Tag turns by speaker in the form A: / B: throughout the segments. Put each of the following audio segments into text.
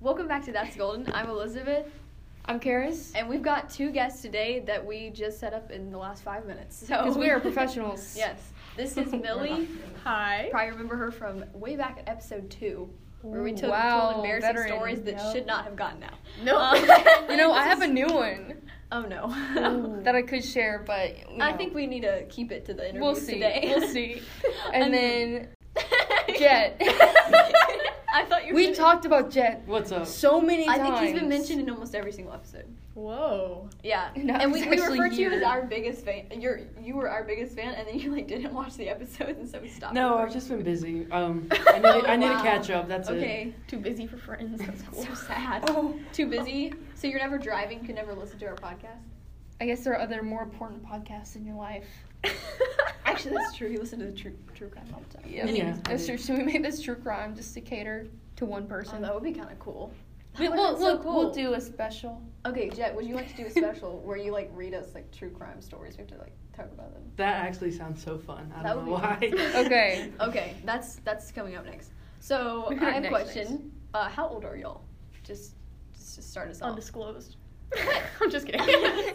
A: Welcome back to That's Golden. I'm Elizabeth,
B: I'm Karis.
A: and we've got two guests today that we just set up in the last five minutes. So
B: Because we are professionals.
A: yes, this is Millie.
C: Hi.
A: Probably remember her from way back at episode two, where we
B: Ooh,
A: took
B: wow,
A: told embarrassing
B: veteran.
A: stories that
C: Yep.
A: should not have gotten out.
C: No.
A: Um,
B: You know, I have a new one
A: Oh no.
C: Ooh.
B: that I could share, but you
A: I
B: know,
A: think we need to keep it to the interview
B: we'll see.
A: today. Um,
B: We'll see. And then
A: Jet.
B: Jet.
A: I thought you. were
B: we
A: gonna-
B: talked about Jet
D: What's up?
B: so many
A: I
B: times.
A: think he's been mentioned in almost every single episode.
C: Whoa.
A: Yeah,
B: No,
A: and we,
B: it's
A: we
B: actually
A: refer to you as
B: you.
A: our biggest fan. You're you were our biggest fan, and then you like didn't watch the episodes, and so we stopped.
D: No, I've just been busy. Um, I need, I need
A: Wow.
D: to catch up. That's it.
A: okay.
C: Too busy for friends. That's cool.
A: So sad.
B: Oh.
A: Too busy. So you're never driving. You can never listen to our podcast.
B: I guess there are other more important podcasts in your life.
A: Actually, that's true. You listen to the true true crime all the time.
B: Yeah,
D: Yeah.
A: Um,
B: that's true. Should we make this true crime just to cater to one
A: So
B: person?
A: Oh, that would be kind of cool.
B: we,
A: That
B: will
A: would've been so cool.
B: we'll do a special.
A: Okay, Jet, would you like to do a special where you like read us like true crime stories? We have to like talk about them.
D: That actually sounds so fun. I
A: That
D: don't know
A: would be
D: why.
A: fun.
B: Okay.
A: Okay, that's that's coming up next. So
B: We put
A: I
B: it
A: have a
B: next,
A: question. Uh, how old are y'all? Just just, just start us
B: Oh.
A: off.
C: Undisclosed. I'm just kidding.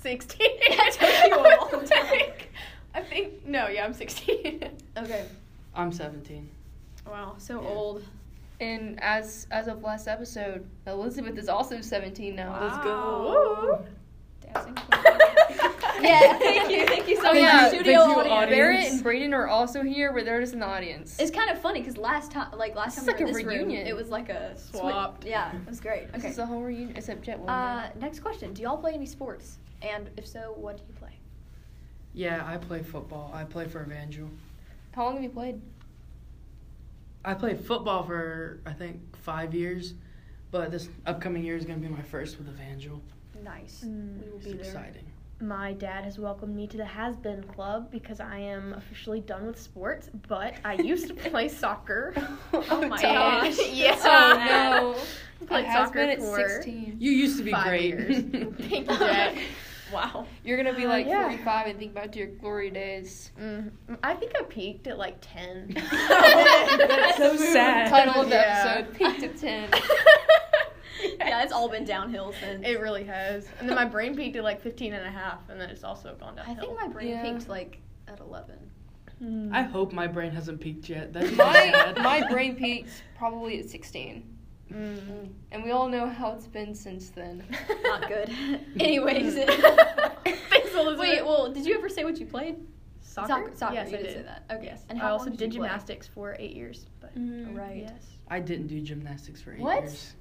C: 16.
A: I told you all the
C: I
A: time.
C: think- I think no, yeah, I'm 16.
A: Okay.
D: I'm 17.
A: Wow, so
D: Yeah.
A: old.
B: And as as of last episode, Elizabeth is also 17 now.
D: Let's
C: Wow.
D: go.
A: Dancing Queen. yeah, thank you, thank you so
B: Oh,
A: much.
B: yeah,
A: Studio
D: thank you,
A: audience.
B: Barrett and Brayden are also here, but they're just in the audience.
A: It's kind of funny because last time, like last
B: This
A: time
B: is
A: we
B: like
A: were
B: a
A: in this
B: reunion.
A: room, it was like a swi-
C: Swapped.
A: yeah, it was great.
B: This
A: Okay.
B: is the whole reunion except Jet won't.
A: Uh, next question: Do y'all play any sports? And if so, what do you play?
D: Yeah, I play football. I play for Evangel.
B: How long have you played?
D: I played football for I think five years, but this upcoming year is gonna be my first with Evangel.
A: Nice.
C: Mm.
A: we will
D: It's
A: be there.
D: exciting.
C: My dad has welcomed me to the Has Been Club because I am officially done with sports, but I used to play soccer.
B: Oh
A: my
B: dang.
A: gosh.
C: yeah.
B: Oh no.
C: Played
B: It has
C: soccer
B: been at
C: for-
B: 16.
D: You used to be
C: Five
D: great.
C: years. Thank you, Jack.
A: Wow.
B: You're gonna be
C: Uh,
B: like
C: yeah.
B: 45 and think back to your glory days.
C: Mm, I think I peaked at like 10.
D: That's so sad.
B: Title of the
C: Yeah.
B: episode: Peaked at 10.
A: Yeah, it's all been downhill since.
C: It really has. And then my brain peaked at like 15 and a half, and then it's also gone
A: I
C: downhill.
A: think my brain
B: Yeah.
A: peaked like at eleven.
C: Hmm.
D: I hope my brain hasn't peaked yet. That's
B: my
D: sad.
B: my brain peaked probably at 16,
C: Mm.
B: and we all know how it's been since then.
A: Not good. Anyways.
C: Thanks, Elizabeth.
A: Wait, well, did you ever say what you played?
C: Soccer?
A: Soccer. Soccer.
C: Yes,
A: you
C: I
A: did,
C: did.
A: say that. Okay.
C: Yes.
A: And
C: And
A: how
C: I also
A: long
C: did,
A: did you play? Mm.
C: gymnastics for eight years. But
A: Right.
C: yes.
D: I didn't do gymnastics for eight
A: What?
D: years.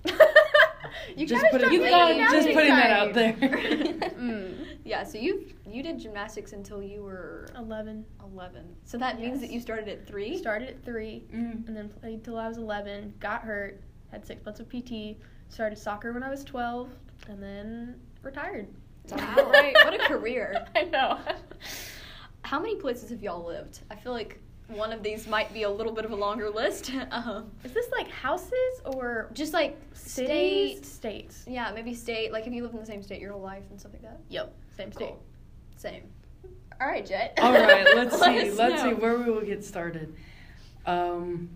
A: you
D: just
A: gotta
D: putting,
A: start
B: you
A: making
B: gotta-
A: it
D: just
A: out
D: putting that out
A: there.
D: there.
C: Mm.
A: Yeah, so you you did gymnastics until you were
C: Eleven.
A: 11. So that means that
C: Yes.
A: you started at 3?
C: Started at three,
D: Mm.
C: and then played till I was eleven. Got hurt. Had six months of PT. Started soccer when I was twelve, and then retired.
A: Wow.
B: Right.
A: What a career.
C: I know.
A: How many places have y'all lived? I feel like one of these might be a little bit of a longer list. uh
C: Is this like houses or
A: Just like
C: cities?
A: state.
C: States.
A: Yeah, maybe state. Like, have you lived in the same state your whole life and stuff like that?
C: Yep. Same state.
A: Cool. Same. All right, Jet.
D: All right, let's
A: Let
D: see.
A: us
D: Let's see
A: know.
D: where we will get started. Um,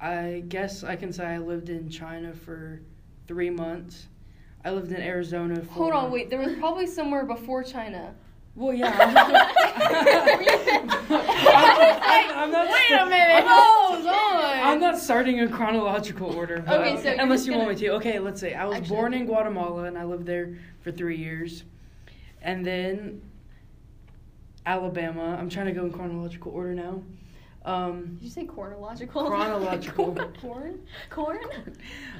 D: I guess I can say I lived in China for three months. I lived in Arizona for.
B: Hold on, wait. There was probably somewhere before China.
D: Well, yeah. I'm, I'm- I'm not,
C: Wait a minute.
D: I'm not,
B: Hold on.
D: I'm not starting in chronological order. but-
A: Okay, so you're
D: unless
A: just
D: you want me
A: gonna-
D: to. Okay, let's see. I was
A: Actually-
D: born in Guatemala and I lived there for three years, and then Alabama. I'm trying to go in chronological order now. Um,
A: Did you say chronological?
D: chronological.
B: Corn?
A: Corn?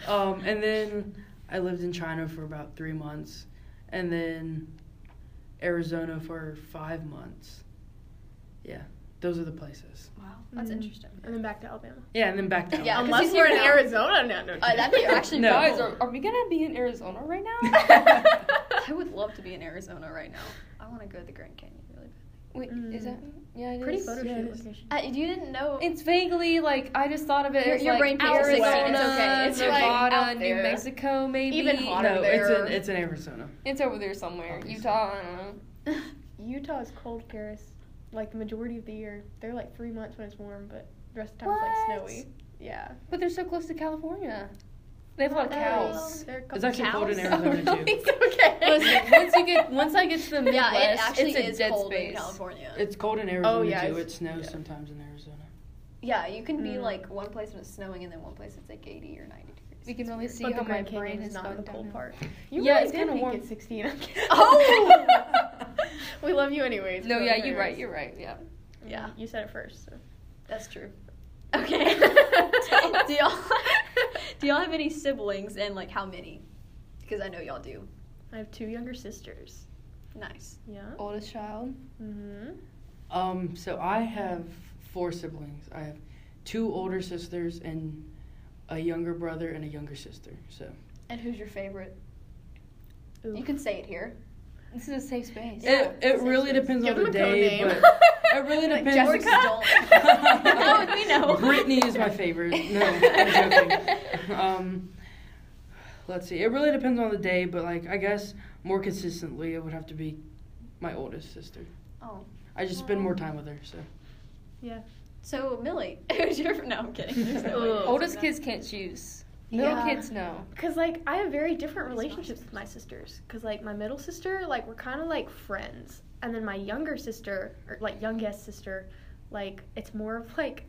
D: Um, and then I lived in China for about three months, and then Arizona for five months. Yeah, those are the places.
A: Wow, that's
C: Mm.
A: interesting.
C: And then back to Alabama.
D: Yeah, and then back to
A: Yeah,
D: Alabama.
A: 'cause
C: Unless
A: he's
C: we're
A: here
C: in
A: now.
C: Arizona now. No,
A: Uh, that'd be actually
D: No.
B: Guys,
A: nice.
B: are, are we gonna be in Arizona right now?
A: I would love to be in Arizona right now. I want to go to the Grand Canyon really
B: Wait, is
C: Mm.
B: that? Yeah, it
C: Pretty
B: is.
C: photo
D: Yeah, it
C: shoot
D: is.
C: location.
A: bad. Uh, you didn't know.
B: It's vaguely like I just thought of it.
A: Your-
B: as
A: your
B: like
A: brain peaks
C: at
B: Arizona,
C: 16. It's okay. It's, like,
B: Nevada,
C: out
B: New
C: there.
B: Mexico, maybe
C: Even hotter.
D: No, it's
C: there.
D: in it's in Arizona.
B: It's over there somewhere.
D: Obviously.
B: Utah. I don't know.
C: Utah is cold, Karis. Like the majority of the year, they're like three months when it's warm, but the rest of the time it's like
B: What?
C: snowy. Yeah.
B: But they're so close to California. They have a lot of
A: Oh.
B: cows.
D: It's actually cold in
B: Oh,
D: Arizona
B: really?
D: too.
B: Okay.
A: Listen,
B: once you get once I get to the Midwest,
A: yeah, it actually
B: it's a
A: is
B: dead
A: cold
B: space.
A: in California.
D: It's cold in Arizona
C: Oh, yeah,
D: too. It
C: it's-
D: snows
C: yeah.
D: sometimes in Arizona.
A: yeah, you can be
C: Mm.
A: like one place when it's snowing and then one place it's like 80 or 90 degrees.
B: We can
A: It's
B: really
A: weird.
B: see
C: But
B: how
C: the
B: my
C: Grand Canyon
B: brain
C: is
B: is
C: not
B: gone
C: the
B: down
C: cold
B: now.
C: part.
B: Yeah, it's
C: did
B: kinda
C: think
B: warm.
C: It's 16. I'm kidding.
A: Oh!
C: we love you anyways.
B: No,
C: but
B: yeah, you're right.
C: anyways.
B: You're right. Yeah.
A: Yeah.
C: You said it first. So.
A: That's true. Okay. do y'all do y'all have any siblings and like how many? Because I know y'all do.
C: I have two younger sisters.
A: Nice.
C: Yeah.
B: Oldest child.
C: Mm-hmm.
D: Um, so I have four siblings. I have two older sisters and a younger brother and a younger sister. So
A: And who's your favorite? You can say it here.
B: This is a safe space.
A: Yeah,
D: it, it
A: sister.
D: really depends
C: Give
D: on
C: them
D: the
C: a code
D: day,
C: name.
D: but it really
C: Like
D: depends.
A: Jessica?
C: Don't-
A: No, we know.
D: Brittany is my favorite. No, I'm joking. Um, let's see. It really depends on the day, but like I guess more consistently, it would have to be my oldest sister.
A: Oh.
D: I just spend more time with her, so
C: Yeah.
A: So Millie, who's your? No, I'm kidding. There's no way.
C: Ugh.
B: Oldest kids can't choose. Little
A: Yeah.
B: kids know.
C: Because like I have very different
A: It's not
C: relationships with my sisters. Because like my middle sister, like we're kind of like friends, and then my younger sister, or like youngest sister, like it's more of like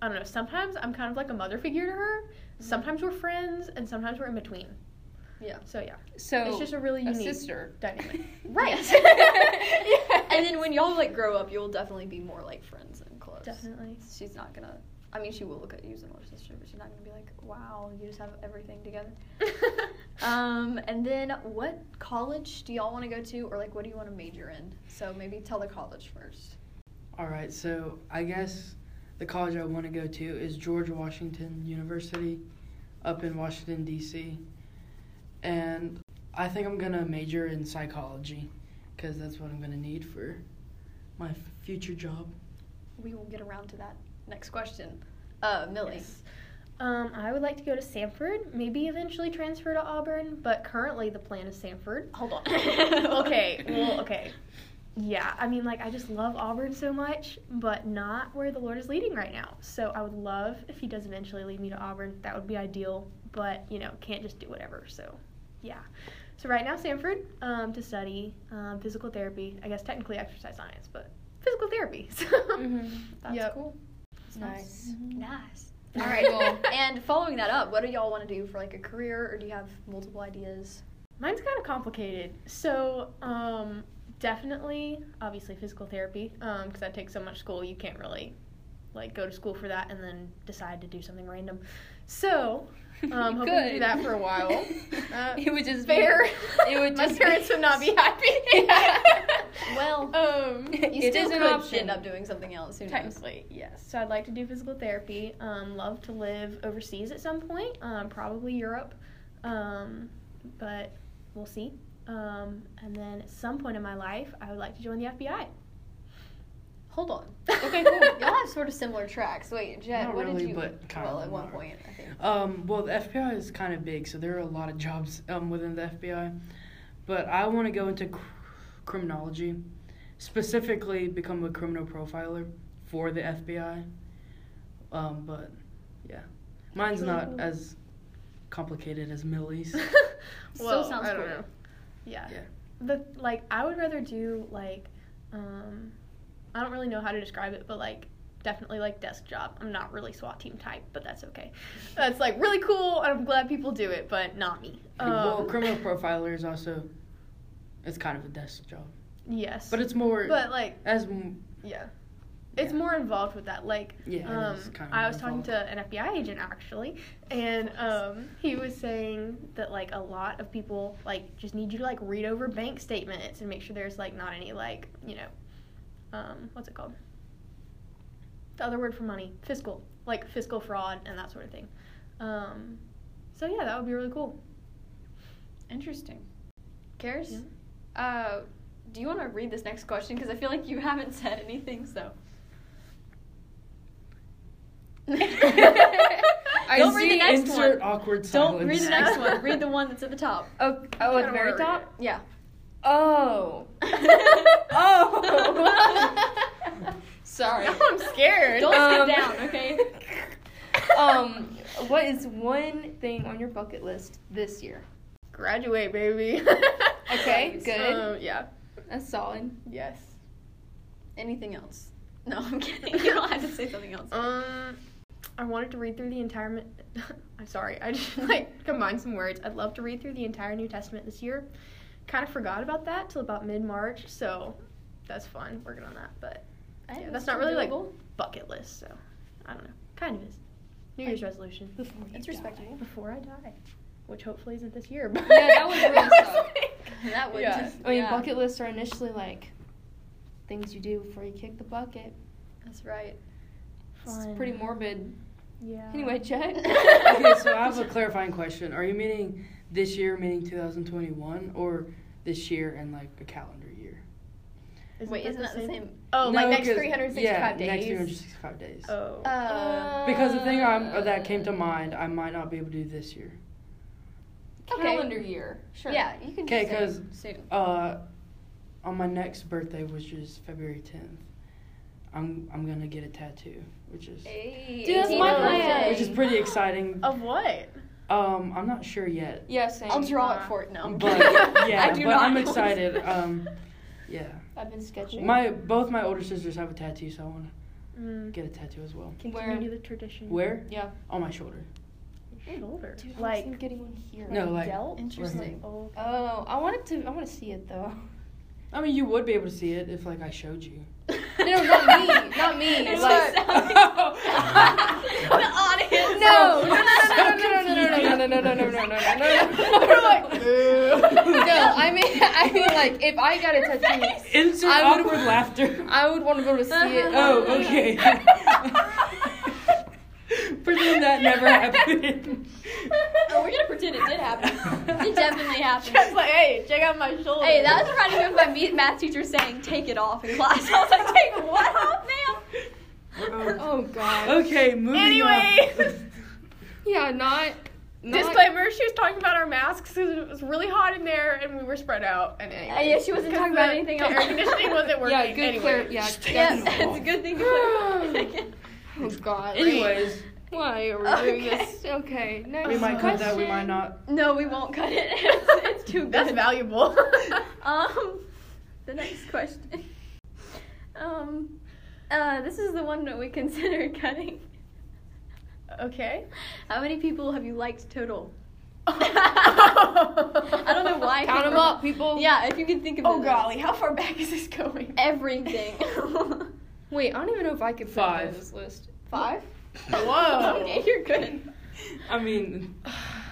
C: I don't know. Sometimes I'm kind of like a mother figure to her. Sometimes we're friends, and sometimes we're in between.
A: Yeah.
C: So yeah,
B: So
C: it's just a really unique
B: sister.
C: dynamic.
A: Right.
B: Yes.
A: And then when y'all like grow up, you'll definitely be more like friends and close.
C: Definitely.
A: She's not gonna. I mean, she will look at you as an older sister, but she's not gonna be like, "Wow, you just have everything together." Um, and then what college do y'all want to go to, or like what do you want to major in? So maybe tell the college first.
D: All right, so I guess the college I want to go to is George Washington University up in Washington, D.C. And I think I'm going to major in psychology because that's what I'm going to need for my f- future job.
A: We will get around to that next question. Uh, Millie.
C: Yes. Um, I would like to go to Sanford, maybe eventually transfer to Auburn, but currently the plan is Sanford.
A: Hold on.
C: okay, well, okay. Yeah, I mean, like, I just love Auburn so much, but not where the Lord is leading right now. So I would love if He does eventually lead me to Auburn. That would be ideal, but, you know, can't just do whatever. So, yeah. So right now, Sanford um, to study um, physical therapy. I guess technically exercise science, but physical therapy. So.
A: That's
C: Mm-hmm. Yep.
A: cool.
B: Mm-hmm. Nice.
A: Nice.
B: All
A: All
B: right,
A: right.
B: well-
A: and following that up, what do y'all want to do for like a career, or do you have multiple ideas?
C: Mine's kind of complicated. So, um, definitely, obviously, physical therapy, because that takes so much school, you can't really like go to school for that and then decide to do something random. So, um, hoping to do
B: Good.
C: that for a while. Uh,
B: it would just
C: fair.
B: Be, it would
C: My
B: just
C: parents
B: be,
C: would not be happy.
A: Well,
C: um,
A: you
B: it
A: still
B: is an
A: could
B: option.
A: end up doing something else. Who knows?
C: Technically, yes. So I'd like to do physical therapy. Um, love to live overseas at some point, um, probably Europe, um, but we'll see. Um, and then at some point in my life, I would like to join the FBI.
A: Hold on.
C: Okay, cool.
A: Y'all have sort of similar tracks. Wait, Jet,
D: Not
A: what
D: really,
A: did you?
D: but kind
A: well,
D: of,
A: at one
D: not
A: point, I think.
D: Um, well, the FBI is kind of big, so there are a lot of jobs um, within the FBI. But I want to go into cr- criminology, specifically become a criminal profiler for the FBI. Um, but yeah, mine's
C: really
D: not
C: cool.
D: as complicated as Millie's.
A: Still sounds
C: I don't
A: cool.
C: know. Yeah.
D: Yeah.
C: The like I would rather do like um I don't really know how to describe it, but like definitely like desk job. I'm not really SWAT team type, but that's okay. That's like really cool and I'm glad people do it, but not me. Um,
D: well, criminal profiler is also it's kind of a desk job,
C: Yes.
D: but it's more
C: but like
D: as m-
C: yeah. It's
D: Yeah.
C: more involved with that. Like
D: yeah. it
C: Um,
D: is kind of
C: I was
D: involved.
C: talking to an FBI agent actually, and um, he was saying that like a lot of people like just need you to like read over bank statements and make sure there's like not any like you know, um, what's it called? The other word for money, fiscal, like fiscal fraud and that sort of thing. Um, so yeah, that would be really cool.
A: Interesting. Karis, uh, do you want to read this next question? Because I feel like you haven't said anything, so.
B: I
A: Don't read the
B: see
A: next
D: Insert
A: one.
D: awkward silence.
A: Don't read the next one. Read the one that's at the top.
B: Oh, oh, at the very
C: Kinda wanna read
B: top.
A: Yeah.
B: Oh. Sorry.
C: I'm scared.
A: Don't sit
B: Um,
A: down, okay?
B: Um, what is one thing on your bucket list this year?
C: Graduate, baby.
B: Okay, good.
C: Um, yeah.
B: That's solid.
C: Yes.
A: Anything else? No, I'm kidding. You don't have to say something else.
C: Um, I wanted to read through the entire. mi- I'm sorry. I just like combined some words. I'd love to read through the entire New Testament this year. Kind of forgot about that till about mid March, so that's fun working on that. But
B: Hey,
C: yeah,
B: that's
C: that's not really like
B: doable.
C: bucket list, so I don't know. Kind of is. New Year's resolution
B: Before you
A: It's
B: die.
A: respectable.
C: before I die, which hopefully isn't this year. But
B: Yeah, that would really suck.
C: like-
A: That would
C: yeah.
A: just-
B: I mean,
A: Yeah.
B: Oh, bucket lists are initially like things you do before you kick the bucket.
A: That's right.
C: Fun.
B: It's pretty morbid.
C: Yeah.
B: Anyway, Chet.
D: okay, so I have a clarifying question. Are you meaning this year, meaning 2021, or this year and like a calendar year?
A: Wait, isn't that the same?
C: Oh, like
D: No,
C: next
D: 'cause-
C: 365
D: yeah,
C: days.
D: next 365 days.
C: Oh.
A: Uh,
D: because the thing I'm, or that came to mind, I might not be able to do this year.
A: Okay.
B: Calendar year. Sure.
A: Yeah, you can.
D: Okay,
A: just say
D: 'cause-
A: soon.
D: Uh, on my next birthday, which is February 10th, I'm I'm gonna get a tattoo, which is
A: Hey,
B: Dude, that's
A: 18
B: my
A: months.
B: plan.
D: which is pretty exciting.
C: Of what?
D: Um, I'm not sure yet,
B: Yeah, same.
A: I'll draw it for it. No, I'm
D: but
A: kidding.
D: yeah,
A: I do
D: but
A: not
D: I'm
A: know.
D: excited. Um, yeah,
B: I've been sketching.
D: my both my older sisters have a tattoo, so I want to
C: Mm.
D: get a tattoo as well.
C: Continue the tradition.
D: Where?
B: yeah.
D: On my shoulder.
C: Shoulder.
B: Dude, I
C: like
B: was getting one here.
A: Oh,
D: No, like.
C: Delt?
A: Interesting.
C: Oh.
B: Oh, I wanted to. I want to see it though.
D: I mean, you would be able to see it if like I showed you.
B: No, not me. Not me.
A: It's
B: like,
A: just- the audience.
B: no, no, no,
D: so
B: no, no, no, no, no, no, no, no, no, no, no, no, no, no, no.
D: We're
B: Like, No, I mean, I mean, like, if I got a tattoo,
D: Insert
B: I would-
D: awkward laughter.
B: I would want to go to see it.
D: Oh, okay. Pretend that never happened.
A: Oh, we're gonna pretend it did happen. It definitely happened.
C: Just like, hey, check out my shoulder.
A: Hey, that was reminding me of my me- math teacher saying, "Take it off in class." I was like, "Take what off, ma'am?"
B: Oh god.
D: okay, moving
C: Anyways.
B: Yeah, not. not
C: Disclaimer: She was talking about our masks because it was really hot in there and we were spread out. And anyway,
A: Uh, yeah, she wasn't
C: 'Cause
A: talking about
C: the-
A: anything
C: the
A: else.
C: Air conditioning wasn't working.
B: Yeah, good
C: anyway.
B: clear. Yeah.
A: Yeah,
D: Yes.
A: it's a good thing to clarify.
B: Oh god.
D: On. Anyways,
B: Why are we doing
A: Okay.
B: this? Okay. Next
D: we might cut that. We
B: question.
D: might not.
A: no, we won't cut it. It's, it's too good.
C: That's valuable.
A: Um, the next question. Um, uh, this is the one that we consider cutting.
C: okay.
A: How many people have you liked total?
C: I
A: I don't know why. I
B: Count
A: can't
B: them up, people.
A: Yeah, if you can think of
C: Oh
A: it.
C: golly, how far back is this going?
A: Everything.
B: Wait, I don't even know if I could put it on
D: Five.
B: this list.
A: Five?
C: Whoa.
A: okay, you're good.
D: I mean,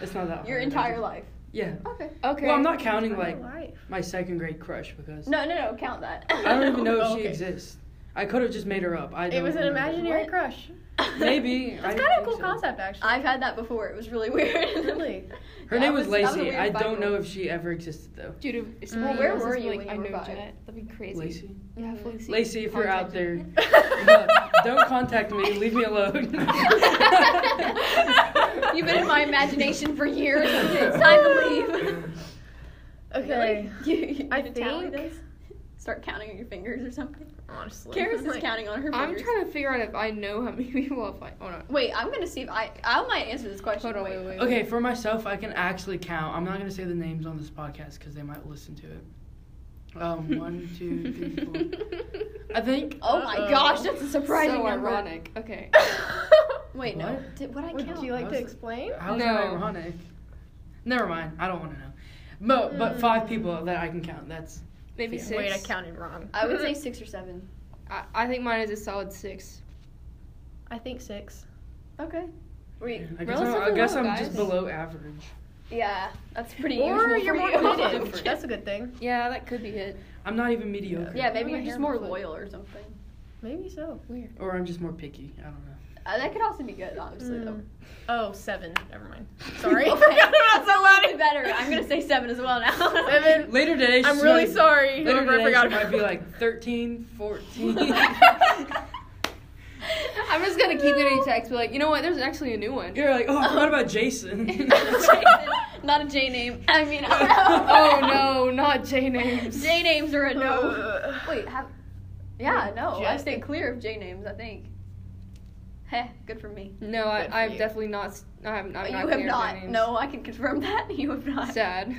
D: it's not that.
A: Your
D: hard.
A: entire life.
D: Yeah.
A: Okay.
B: Okay.
D: Well, I'm not counting
C: My
D: like
C: life.
D: my second grade crush because
A: No, no, no, count that.
D: I don't even know if
C: Oh,
D: she
C: okay.
D: exists. I could have just made her up. I
C: It
D: don't
C: was an
D: remember.
C: imaginary
A: What?
C: crush.
D: Maybe. I
C: That's kind of
D: think
C: a cool
D: so.
C: concept, actually.
A: I've had that before. It was really weird.
C: Really?
D: Her
A: That
D: name was
A: was- that was a
D: Lacey.
A: weird
D: I don't
A: vibe.
D: know if she ever existed though.
B: Dude, if
C: Well,
B: someone
C: where
B: else
A: were
B: is
A: you
B: like,
A: when
B: I
A: you were
B: know
A: five?
B: Janet. That'd be crazy.
D: Lacey.
B: Yeah, if Lacey.
D: Lacey, if you're out
B: contacted-
D: there, don't contact me. Leave me alone.
A: You've been in my imagination for years. It's time to leave.
C: okay.
A: Really? You, you
C: I
A: need to tally
C: think-
A: this? Start counting on your fingers or something.
C: Honestly.
A: Karis is
C: Like,
A: counting on her fingers.
B: I'm trying to figure out if I know how many people I've like. Oh no.
A: Wait, I'm gonna see if I I might answer this question.
B: Hold on, wait, wait.
D: okay, for myself, I can actually count. I'm not gonna say the names on this podcast because they might listen to it. Um, one, two, three, four. I think.
A: Oh my
C: Uh-oh.
A: gosh, that's a surprising
B: so
A: number.
B: ironic. Okay.
A: Wait, no.
D: What?
A: Did, what I
C: Would
A: count?
C: you like
D: How's
C: to
D: it-
C: explain?
D: How is
B: No.
D: that ironic? Never mind. I don't want to know. But but five people that I can count. That's
B: Maybe
D: Yeah.
B: six.
C: Wait, I counted wrong.
A: I would say six or seven.
B: I, I think mine is a solid six.
C: I think six.
A: Okay. Wait.
D: I guess, I'm, I
B: Relatively
D: guess
B: low,
D: I'm
B: guys.
D: just below average.
A: Yeah, that's pretty usual.
C: Or
A: for
C: you're more
A: you.
C: committed. That's a good thing.
B: Yeah, that could be it.
D: I'm not even mediocre.
A: Yeah, maybe
B: My
A: you're just
B: hair
A: more
B: looks like-
A: loyal or something.
C: Maybe so.
B: Weird.
D: Or I'm just more picky. I don't know.
A: Uh, that could also be good, honestly. Though.
C: Mm. Oh, seven. Never mind. Sorry.
A: Okay. That's a lot better. I'm gonna say seven as well now.
C: Seven.
D: Later today,
C: I'm
D: she
C: really
D: might-
C: sorry.
D: Later
C: Whoever
D: today,
C: forgot
D: she might
C: about
D: be
C: it.
D: like 13, 14.
B: I'm just gonna keep getting texts, be like, you know what? There's actually a new one.
D: You're like, oh, I forgot about Jason.
A: Not a J name. I mean, I
B: oh
A: don't know.
B: no, not J names.
A: J names are a no.
C: Ugh.
A: Wait, have. Yeah, no. I
C: J-
A: stay clear of J names. I think. Heh, good for me. Good
B: No,
A: for
B: I, I've
A: you.
B: definitely not. s- I have. I'm
A: you
B: not
A: have
B: clear
A: not.
B: names.
A: No, I can confirm that you have not.
B: Sad.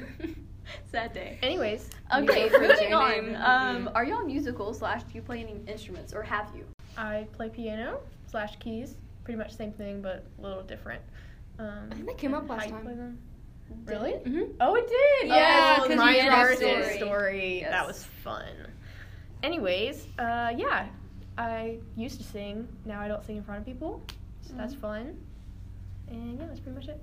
A: Sad day.
C: Anyways,
A: Okay,
B: Musical
A: moving
B: DJ
A: on.
B: name.
A: Um,
B: Mhm.
A: are y'all musical slash do you play any instruments or have you?
C: I play piano slash keys. Pretty much same thing, but a little different. Um,
B: I think that came
C: and
B: up last
C: how you
B: time.
C: play them.
A: Did-
C: Really?
B: hmm
C: Oh, it did.
B: Yeah,
C: yes,
B: 'cause you
C: my
B: did
C: Star
B: it.
C: Story.
A: Story.
C: story.
A: Yes.
C: That was fun. Anyways, uh, yeah, I used to sing. Now I don't sing in front of people, so that's fun. And yeah, that's pretty much it.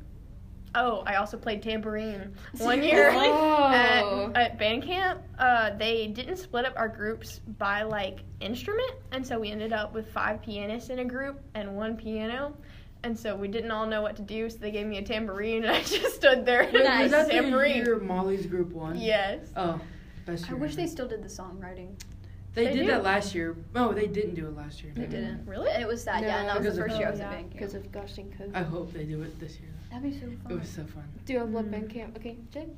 C: Oh, I also played tambourine one year
A: Seriously?
C: at,
B: Oh.
C: at band camp. Uh, they didn't split up our groups by like instrument, and so we ended up with five pianists in a group and one piano. And so we didn't all know what to do, so they gave me a tambourine, and I just stood there and
A: Nice.
D: Was that
C: nice.
D: the
C: tambourine.
D: year Molly's group one?
C: Yes.
D: Oh, best
A: I
D: year.
A: wish they still did the songwriting.
D: They,
C: They
D: did
C: do.
D: that last year. No, they didn't do it last year.
A: They didn't.
C: Really?
A: Mm-hmm. And it was sad, yeah, and that
D: No,
A: was the
D: because of
A: first year I was
C: COVID.
A: at
C: Yeah.
A: band camp.
B: Because of gushing COVID.
D: I hope they do it this year.
A: That'd be so
D: It
A: fun.
D: was so fun.
B: Do I love
C: Mm.
B: band camp? Okay, Jake.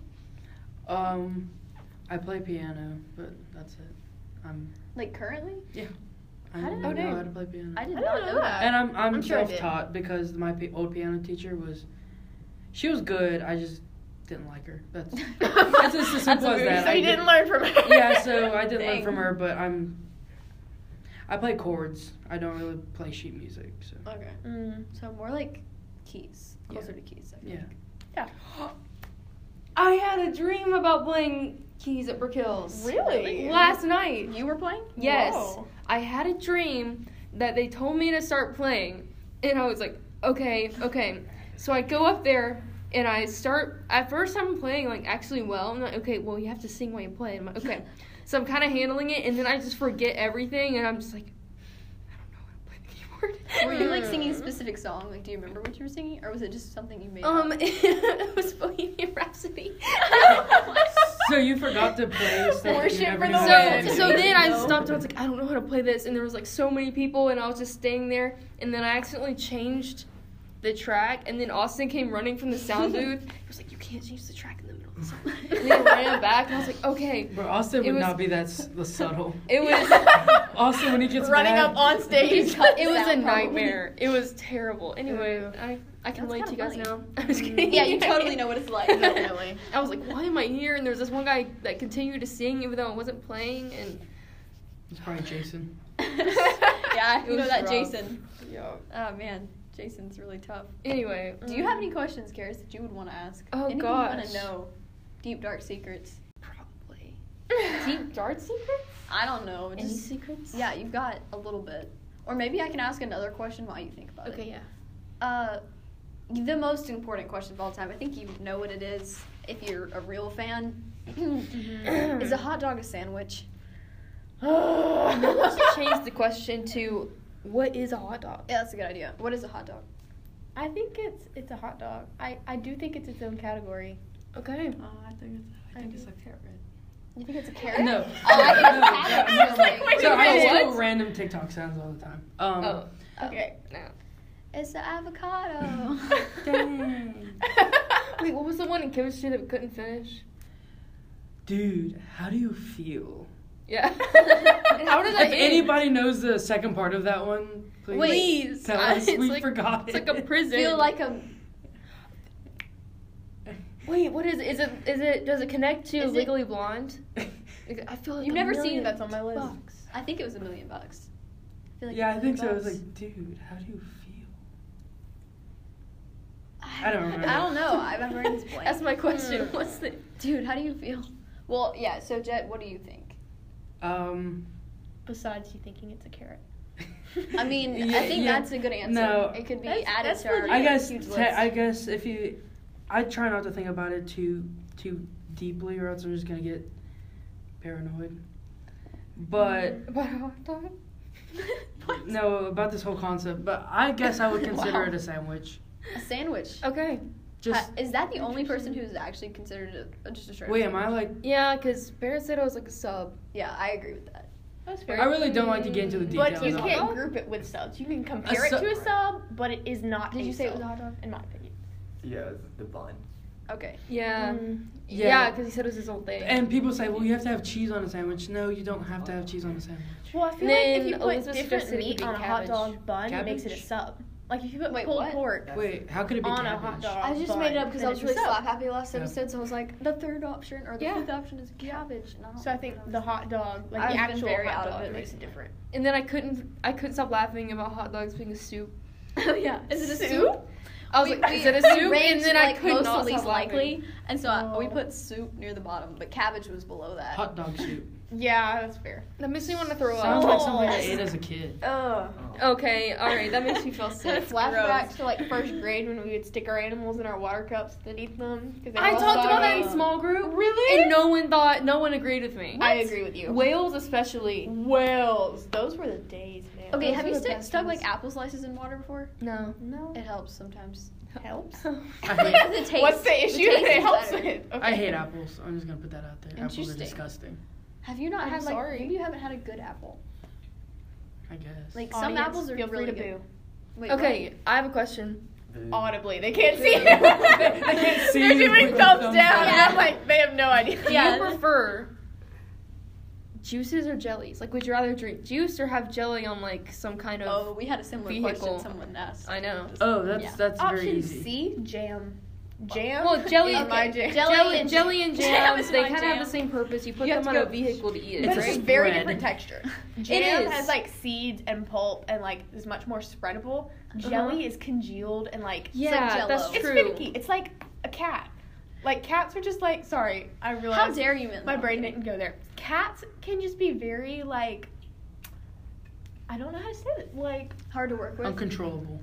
D: Um, I play piano, but that's it. I'm.
A: Like currently?
D: I
A: How did
D: don't
A: I
D: know
B: know?
D: how to play piano.
A: I did
C: I
A: not
C: don't know
A: know that.
C: that.
D: and I'm I'm,
C: I'm sure I did.
D: self-taught because my p- old piano teacher was, she was good. I just didn't like her. That's
A: That's
D: as simple
A: That's a
D: as
A: very-
D: that.
C: so
D: I
C: you
D: did-
C: didn't learn from her.
D: yeah. So I didn't
A: Dang.
D: learn from her, but I'm. I play chords. I don't really play sheet music. So
A: Okay.
C: Mm.
A: So more like keys.
D: Yeah.
A: Closer to keys, I
D: yeah.
A: think.
B: I had a dream about playing keys at Brick Hills.
C: Really?
B: Last night.
A: You were playing?
B: Yes.
C: Whoa.
B: I had a dream that they told me to start playing, and I was like, okay, okay. So I go up there and I start. At first, I'm playing like actually well. I'm like, okay, well you have to sing while you play. I'm like, okay. so I'm kind of handling it, and then I just forget everything, and I'm just like, I don't know how to play the keyboard.
A: Were you like
C: Hmm.
A: singing a specific song? Like, do you remember what you were singing, or was it just something you made?
B: Um,
A: up?
B: it was Bohemian Rhapsody.
D: So you forgot to play stuff. that you
C: Worship
D: never
C: for the
D: knew how to
B: so,
C: win.
D: do.
B: so then I
C: No.
B: stopped and I was like, I don't know how to play this. And there was like so many people, and I was just staying there. And then I accidentally changed the track. And then Austin came running from the sound booth. He was like, You can't change the track in the middle of the song. And then he ran back, and I was like, Okay.
D: Bro, Austin
B: It
D: would
B: was-
D: not be that s- subtle.
B: It was
D: Austin, when he gets
C: running
D: mad-
C: up on stage.
A: cut
B: it was a
A: sound probably.
B: nightmare. It was terrible. Anyway, I, I can
A: That's
B: relate to you
A: kinda
B: guys
A: funny. Mm-hmm.
B: now. I'm just kidding.
A: yeah, you totally know what it's like.
C: Not really.
B: I was like, why am I here? And there was this one guy that continued to sing even though I wasn't playing. And
D: It's probably Jason.
A: yeah,
B: It
A: you know
B: was
A: that
B: rough.
A: Jason.
B: yeah.
A: Oh man, Jason's really tough.
B: Anyway,
A: Do you have any questions, Karis, that you would want to ask?
B: Oh,
A: Anything you want
B: gosh.
A: to know? Deep dark secrets.
B: Probably. Deep dart secrets?
A: I don't know.
B: mm. Any
A: Just
B: secrets?
A: yeah, you've got a little bit, or maybe I can ask another question while you think about it.
B: Okay, yeah.
A: Uh, the most important question of all time. I think you know what it is if you're a real fan. is a hot dog a sandwich?
B: Let's change the question to what is a hot dog?
A: Yeah, that's a good idea. What is a hot dog?
C: I think it's it's a hot dog. I, I do think it's its own category.
B: Okay.
A: Oh, I think it's,
C: I think it's
A: a carrot.
C: You think it's a
A: Carrot?
D: No.
A: Oh, I
D: No,
A: think it's a
D: no,
A: carrot.
D: no.
A: I was like, wait
D: So
A: a
D: I
A: minute.
D: do random TikTok sounds all the time. Um,
B: Oh.
A: Okay.
B: No.
A: It's an avocado.
D: Dang.
B: Wait, what was the one in chemistry that we couldn't finish?
D: Dude, how do you feel?
B: Yeah. How did that
D: If
B: end?
D: anybody knows the second part of that one, please
B: Please.
D: tell
B: I-
D: us.
B: it's
D: We
B: like-
D: forgot
B: It's
D: it.
B: like a prison.
A: Feel like a.
B: Wait, what is it? Is it? Is it? Does it connect to
A: Is it-
B: Legally Blonde? Like, I feel like
A: You've
B: a
A: never seen
B: million
A: that's
C: on my list.
B: bucks.
A: I think it was a million bucks. I feel like
D: yeah,
A: a
D: I think
A: million
D: so. I was
A: bucks.
D: like, dude, how do you feel? I don't remember.
A: I don't know. I've ever heard this blank.
B: That's my question.
C: Hmm.
B: What's the?
A: Dude, how do you feel? Well, yeah. So, Jet, what do you think?
D: Um,
C: Besides you thinking it's a carrot.
A: I mean,
D: yeah,
A: I think
D: yeah.
A: that's a good answer.
D: No.
A: It could be
C: That's-
A: added
C: that's
A: to our
C: legit.
D: I guess.
A: huge
D: Te-
A: list.
D: I guess if you, I try not to think about it too too deeply, or else I'm just gonna get paranoid. But
B: About a hot dog?
A: What?
D: no, about this whole concept. But I guess I would consider
B: Wow.
D: it a sandwich.
A: A sandwich.
C: Oh,
B: Okay.
D: Just
A: Uh, is that the only person who's actually considered a, just a shrimp?
D: wait, am I like?
B: Yeah, because Barracetto is like a sub.
A: Yeah, I agree with that.
C: That's fair.
D: I really don't like to get into the
B: But
D: details.
C: but you
D: of
C: can't
D: it.
C: group it with subs. You can compare
D: sub-
C: it to a sub, but it is not.
B: Did
C: a
B: you say it
C: sub,
B: was a hot dog?
C: In my opinion.
E: Yeah, it's the bun.
A: Okay.
B: Yeah.
C: Mm.
B: Yeah,
D: Yeah.
B: because he said it was his old thing.
D: And people say, well, you have to have cheese on a sandwich. No, you don't have to have cheese on a sandwich.
C: Well, I feel like if
B: Then
C: you put
B: Elizabeth
C: different
B: suggested it could
C: meat
B: be
C: on a
B: cabbage.
C: hot dog bun, it makes it a
D: Cabbage?
C: sub. Like if you put
A: Wait,
C: pulled
A: what?
C: pork
D: Wait, how could it be
C: on a
D: cabbage?
C: hot
B: Oh,
C: dog,
A: I just
C: bun,
A: made it up because
C: then
A: I was
C: it's a
A: really slap
C: sub.
A: happy last
D: Yeah.
A: episode, so I was like, the third option or the
B: Yeah.
A: fourth option is cabbage. And I don't
C: So I think the hot dog, like
A: I've
C: the
A: been
C: actual
A: very out
C: hot
A: of
C: dog,
A: it
C: makes it
A: lately.
C: different.
B: And then I couldn't I couldn't stop laughing about hot dogs being a soup.
A: oh yeah, is it a soup?
B: I was
A: We-
B: like,
A: we-
B: is it a
A: we
B: soup?
A: ranked,
B: And then I
A: like,
B: could
A: most
B: not
A: to least
B: stop laughing.
A: likely, and so I, we
C: Oh.
A: put soup near the bottom, but cabbage was below that.
D: Hot dog soup.
C: Yeah, that's fair.
B: That makes me want to throw
D: Sounds
B: up.
D: like something I
A: Oh.
D: ate as a kid.
A: Ugh.
B: Okay, all right, that makes me feel sick.
A: That's
C: Flashback
A: gross.
C: to like first grade when we would stick our animals in our water cups and eat them. 'cause they
B: I
C: were all
B: talked about that in
C: soggy.
B: small group,
C: Really?
B: and no one thought, no one agreed with me.
C: I agree with you.
B: Whales especially.
C: Whales. Those were the days, man.
A: Okay,
B: Those
A: have
B: are
A: you
B: the
A: stu-
B: best
A: stuck
B: ones.
A: like apple slices in water before?
B: No.
C: No.
A: It helps sometimes.
C: helps.
D: I hate,
A: The taste-
C: What's the issue that
A: taste
C: it
A: is
C: helps
A: better.
C: with?
D: I hate apples. I'm just gonna put that out there. Apples are
A: Interesting.
D: disgusting.
A: Have you not
C: I'm
A: had like
C: sorry.
A: maybe you haven't had a good apple?
D: I guess.
A: Like some apples are
C: feel
A: really
C: free to
A: good.
C: boo
A: Wait,
B: Okay, I have a question.
C: audibly. They can't see.
D: They can't see
C: They're
D: you
C: doing
D: with the
C: thumbs down.
D: thumbs
A: down.
C: And I'm like, they have no idea.
B: Do
A: Yeah.
B: you prefer juices or jellies? Like, would you rather drink juice or have jelly on like some kind
A: what?
B: of?
A: Oh, we had a similar
B: Vehicle.
A: question someone asked.
B: I know.
D: oh, that's that's very
C: Option
D: easy.
C: C, jam. Jam.
B: Well, jelly-
C: is my
A: okay,
C: jam.
A: jelly
B: jelly,
A: and-
B: jelly and
A: Jam
B: jams.
A: is
B: they
A: my
B: kind of have the
A: jam.
B: same purpose. You put
A: You have
B: them on
A: to
B: a
A: go-
B: vehicle to eat it.
C: But it's
D: It's
C: just
D: like
C: very
D: bread.
C: different texture.
B: It
C: Jam
B: is.
C: has like seeds and pulp and like is much more spreadable.
A: Uh-huh.
C: Jelly is congealed and like
B: yeah,
A: Jello.
B: that's
A: It's
B: true.
C: it's finicky. It's like a cat. Like cats are just like sorry, I
A: How
C: realized
A: dare you? Mint
C: my
A: Lime?
C: brain didn't go there. Cats can just be very like I don't know how to say it. Like
A: Hard to work with.
D: Uncontrollable.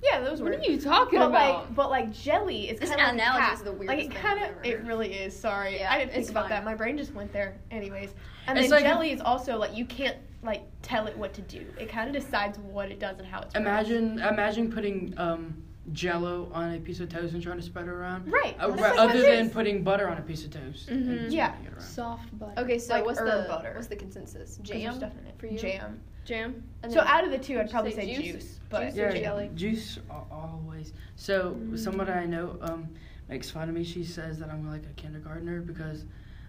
C: yeah, those
B: What
C: were
B: are you talking
C: but
B: about?
C: like but like jelly is
A: This
C: kind of like a
A: analogy
C: cat.
A: is the
C: like
A: weirdest
C: it
A: thing
C: kind
A: I've
C: of
A: ever
C: it
A: heard.
C: really is. Sorry,
A: Yeah,
C: I didn't think
A: it's
C: about
A: fine.
C: that. My brain just went there. Anyways, and
D: It's
C: then
D: like a-
C: jelly is also like you can't like tell it what to do. It kind of decides what it does and how it's.
D: Imagine imagine putting um jello on a piece of toast and trying to spread it around.
C: Right.
D: Uh,
C: that's
D: ra-
C: like what
D: other
C: it
D: than
C: is.
D: putting butter on a piece of toast. and
B: Mhm.
D: spreading
C: Yeah.
D: it around.
B: soft butter.
A: Okay, so
C: Like
A: what's
C: herb
A: the
C: butter.
A: what's the consensus?
C: 'Cause there's
A: Jam
C: stuff in it.
A: for you?
C: Jam.
B: jam.
A: And
C: So
A: then-
C: out of the two, I'd probably
A: say
C: say juice,
A: juice?
C: but
A: Juice or
D: Yeah,
A: jelly?
D: juice a- always. So somebody I know um, makes fun of me. She says that I'm like a kindergartner because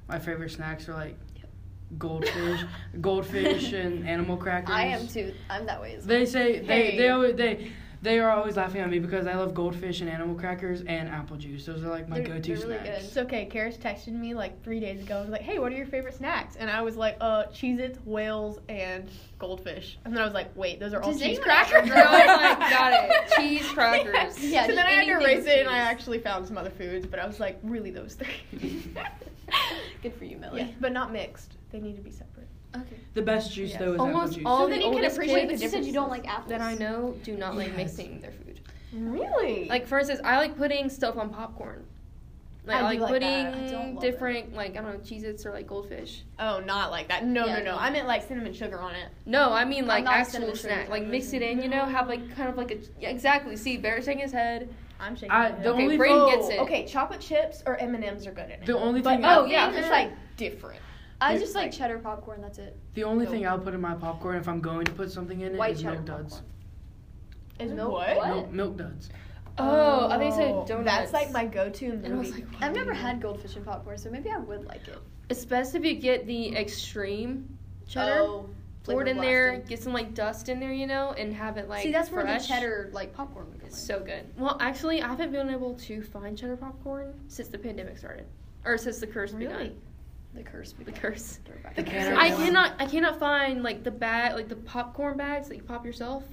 D: my favorite snacks are like goldfish, goldfish, and animal crackers.
A: I am too. I'm that way as well.
D: They say they
C: Hey.
D: they always they. They are always laughing at me because I love goldfish and animal crackers and apple juice. Those are like my
A: They're-
D: go-to
A: they're really
D: snacks.
C: It's okay. Karis texted me like three days ago. and was like, "Hey, what are your favorite snacks?" And I was like, "Uh, Cheez-Its, whales, and goldfish." And then I was like, "Wait, those are all
A: Does
C: cheese
A: anyone ever
C: crackers."
A: draw-
B: Oh my- got it. Cheese crackers.
C: Yeah.
A: Yeah,
C: so then I had to
A: anything
C: erase
A: with
C: it, and I
A: cheese.
C: actually found some other foods, but I was like, "Really, those three?
A: Good for you, Millie.
C: yeah, but not mixed. They need to be separate."
A: Okay.
D: The best juice
C: Yes.
D: though is
B: Almost
D: apple juice.
B: all
A: So
B: the
A: then you can
B: oldest
A: appreciate
B: kids
A: the difference. You don't like apples.
B: that I know do not like
D: Yes.
B: mixing their food.
C: Really?
B: Like for instance, I like putting stuff on popcorn. Like
A: I
B: I,
A: do
B: like
A: like that. I don't
B: putting
A: love
B: different like I don't know Cheez-Its or like goldfish.
C: oh, not like that. No,
A: Yeah,
C: no, no.
A: no.
C: I meant like cinnamon sugar on it.
B: No, I mean like
A: not a
B: actual
A: cinnamon sugar
B: snack.
A: type
B: Like mix it in, you know, have like kind of like a yeah, exactly. See, Bear's shaking his head.
C: I'm shaking.
D: I-
C: my head.
D: the
B: Okay,
D: only
B: Brayden
D: thing-
B: gets it.
C: Okay, chocolate chips or M and M's are good in it.
D: The only
C: but
D: thing
B: oh,
D: I-
B: yeah.
C: yeah, it's like different.
A: I
D: Dude,
A: just like cheddar popcorn. That's it.
D: the only thing I'll put in my popcorn if I'm going to put something in it is
A: White cheddar
D: milk duds.
A: popcorn.
C: Is
A: Milk-
C: what?
A: what?
D: Milk, milk duds.
B: Oh, I think so.
C: Oh,
B: Donuts.
C: That's like my go-to movie.
B: And I was like,
A: I've never had goldfish in popcorn, so maybe I would like it.
B: it's best if you get the extreme cheddar.
A: Oh,
B: pour
A: flavor
B: it in there,
A: blasting.
B: get some like dust in there, you know, and have it like
A: See, that's where the
B: fresh.
A: cheddar like popcorn would come
B: It's
A: in.
B: so good. Well, actually, I haven't been able to find cheddar popcorn since the pandemic started, or since the curse
C: Really?
B: began.
A: The curse.
B: The curse.
A: Throw it back.
D: The
A: Okay.
D: can of
B: I
D: milk.
B: cannot. I cannot find like the bag, like the popcorn bags that you pop yourself.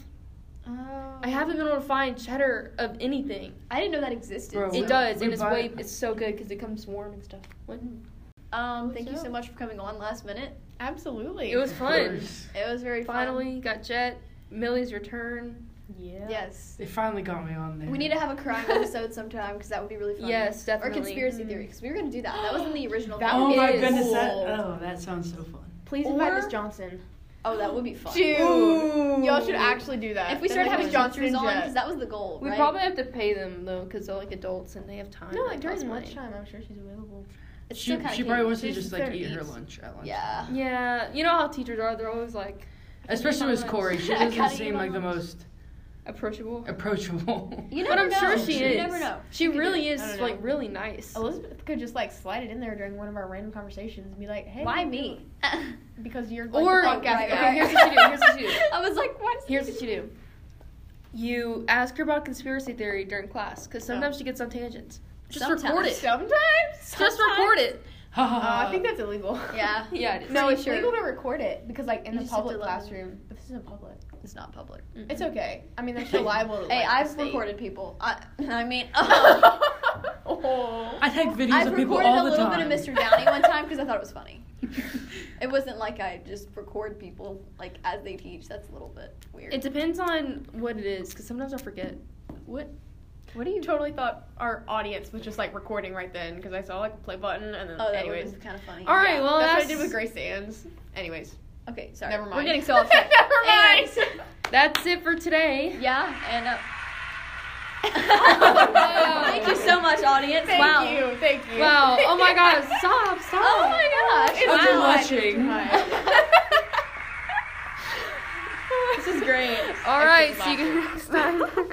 C: Oh.
B: I haven't been able to find cheddar of anything.
A: I didn't know that existed.
D: Bro,
A: so-
B: It does,
D: we
B: and it's
D: buy-
B: way. It's so good because it comes warm and stuff. What?
A: Um, thank you
C: What's
A: so
C: up?
A: much for coming on last minute.
C: Absolutely.
B: It was
D: Of
B: fun.
D: course.
A: It was very fun.
B: Finally got Jet. Millie's return.
C: Yeah.
A: Yes.
D: They finally got me on there.
A: We need to have a crime episode sometime because that would be really fun.
B: Yes,
A: Or
B: definitely.
A: conspiracy theory because we were gonna do that. That was in the original.
C: That
D: Oh
A: thing.
B: It
D: my
B: is
D: goodness! That,
C: cool.
B: uh,
D: oh, that sounds so fun.
C: Please invite
B: Or-
C: Miss Johnson.
A: Oh, that would be fun.
C: Dude,
D: Ooh.
C: y'all should actually do that.
A: If we
C: Then
A: started
C: Miss
A: having
C: Johnson
A: Johnson's
C: and
A: on,
C: Jet.
A: because that was the goal.
B: We
A: right?
B: probably have to pay them though, because they're like adults and they have time.
C: no,
B: to
C: like during
B: cost money.
C: lunchtime, I'm sure she's available.
A: It's
D: She,
A: still kinda
D: she probably
A: cute.
D: wants to
C: She's
D: just like
C: fair to
D: eat her
C: eat.
D: lunch at lunch.
A: Yeah.
B: Yeah, you know how teachers are. They're always like,
D: Especially with Corey, she
A: I
D: doesn't
A: gotta eat
D: seem
A: my
D: like the
A: lunch.
D: most
B: approachable.
D: approachable.
A: You
B: but
A: never
B: I'm sure
A: know.
B: she
A: You
B: is.
A: never know.
B: She
A: She could
B: really
A: do it.
B: is
C: I don't know.
B: like really nice.
C: Elizabeth could just like slide it in there during one of our random conversations and be like, "Hey,
A: Why
C: you
A: me?
C: doing- Because you're like,
B: Or
C: the podcast
A: right,
C: guy.
B: okay, here's what you do. Here's what you do.
A: I was like, why does
B: Here's what you do. You ask her about conspiracy theory during class because sometimes she gets on tangents. Just record it.
C: Sometimes.
B: Just record it.
D: Ha
C: Uh,
D: ha ha.
C: I think that's illegal.
A: Yeah.
B: Yeah, it is.
C: No,
A: Pretty
C: it's
A: sure.
C: legal to record it because, like, in
A: You
C: the
A: just have
C: public
A: to let them-
C: classroom, but this isn't public.
A: It's not public.
C: It's okay. I mean, they're still liable. To,
A: Hey,
C: like,
A: I've
C: the state.
A: recorded people. I, I mean,
C: oh.
D: I take videos
A: I've
D: of people
A: recorded
D: all
A: a
D: the
A: little
D: time.
A: bit of Mr. Downey one time because I thought it was funny. It wasn't like I just record people like as they teach. That's a little bit weird.
B: It depends on what it is because sometimes I forget.
C: What? What do you totally thought our audience was just like recording right then? Because I saw like a play button and then
A: oh, that
C: anyways.
A: was kind of funny.
B: All right,
C: Yeah,
B: well
C: that's,
B: that's
C: what I did with Grace Sands. Anyways,
A: Okay, sorry.
C: never mind.
A: We're getting so upset.
C: never mind.
A: Anyways.
B: That's it for today.
A: yeah, and uh,
B: Wow.
A: thank you so much, audience.
C: Thank
A: wow.
C: you. Thank you.
B: Wow. Oh my God. Stop. Stop.
A: Oh my gosh.
C: It's
A: wow.
C: too much.
B: watching.
A: this is great.
B: All right. See you guys next time.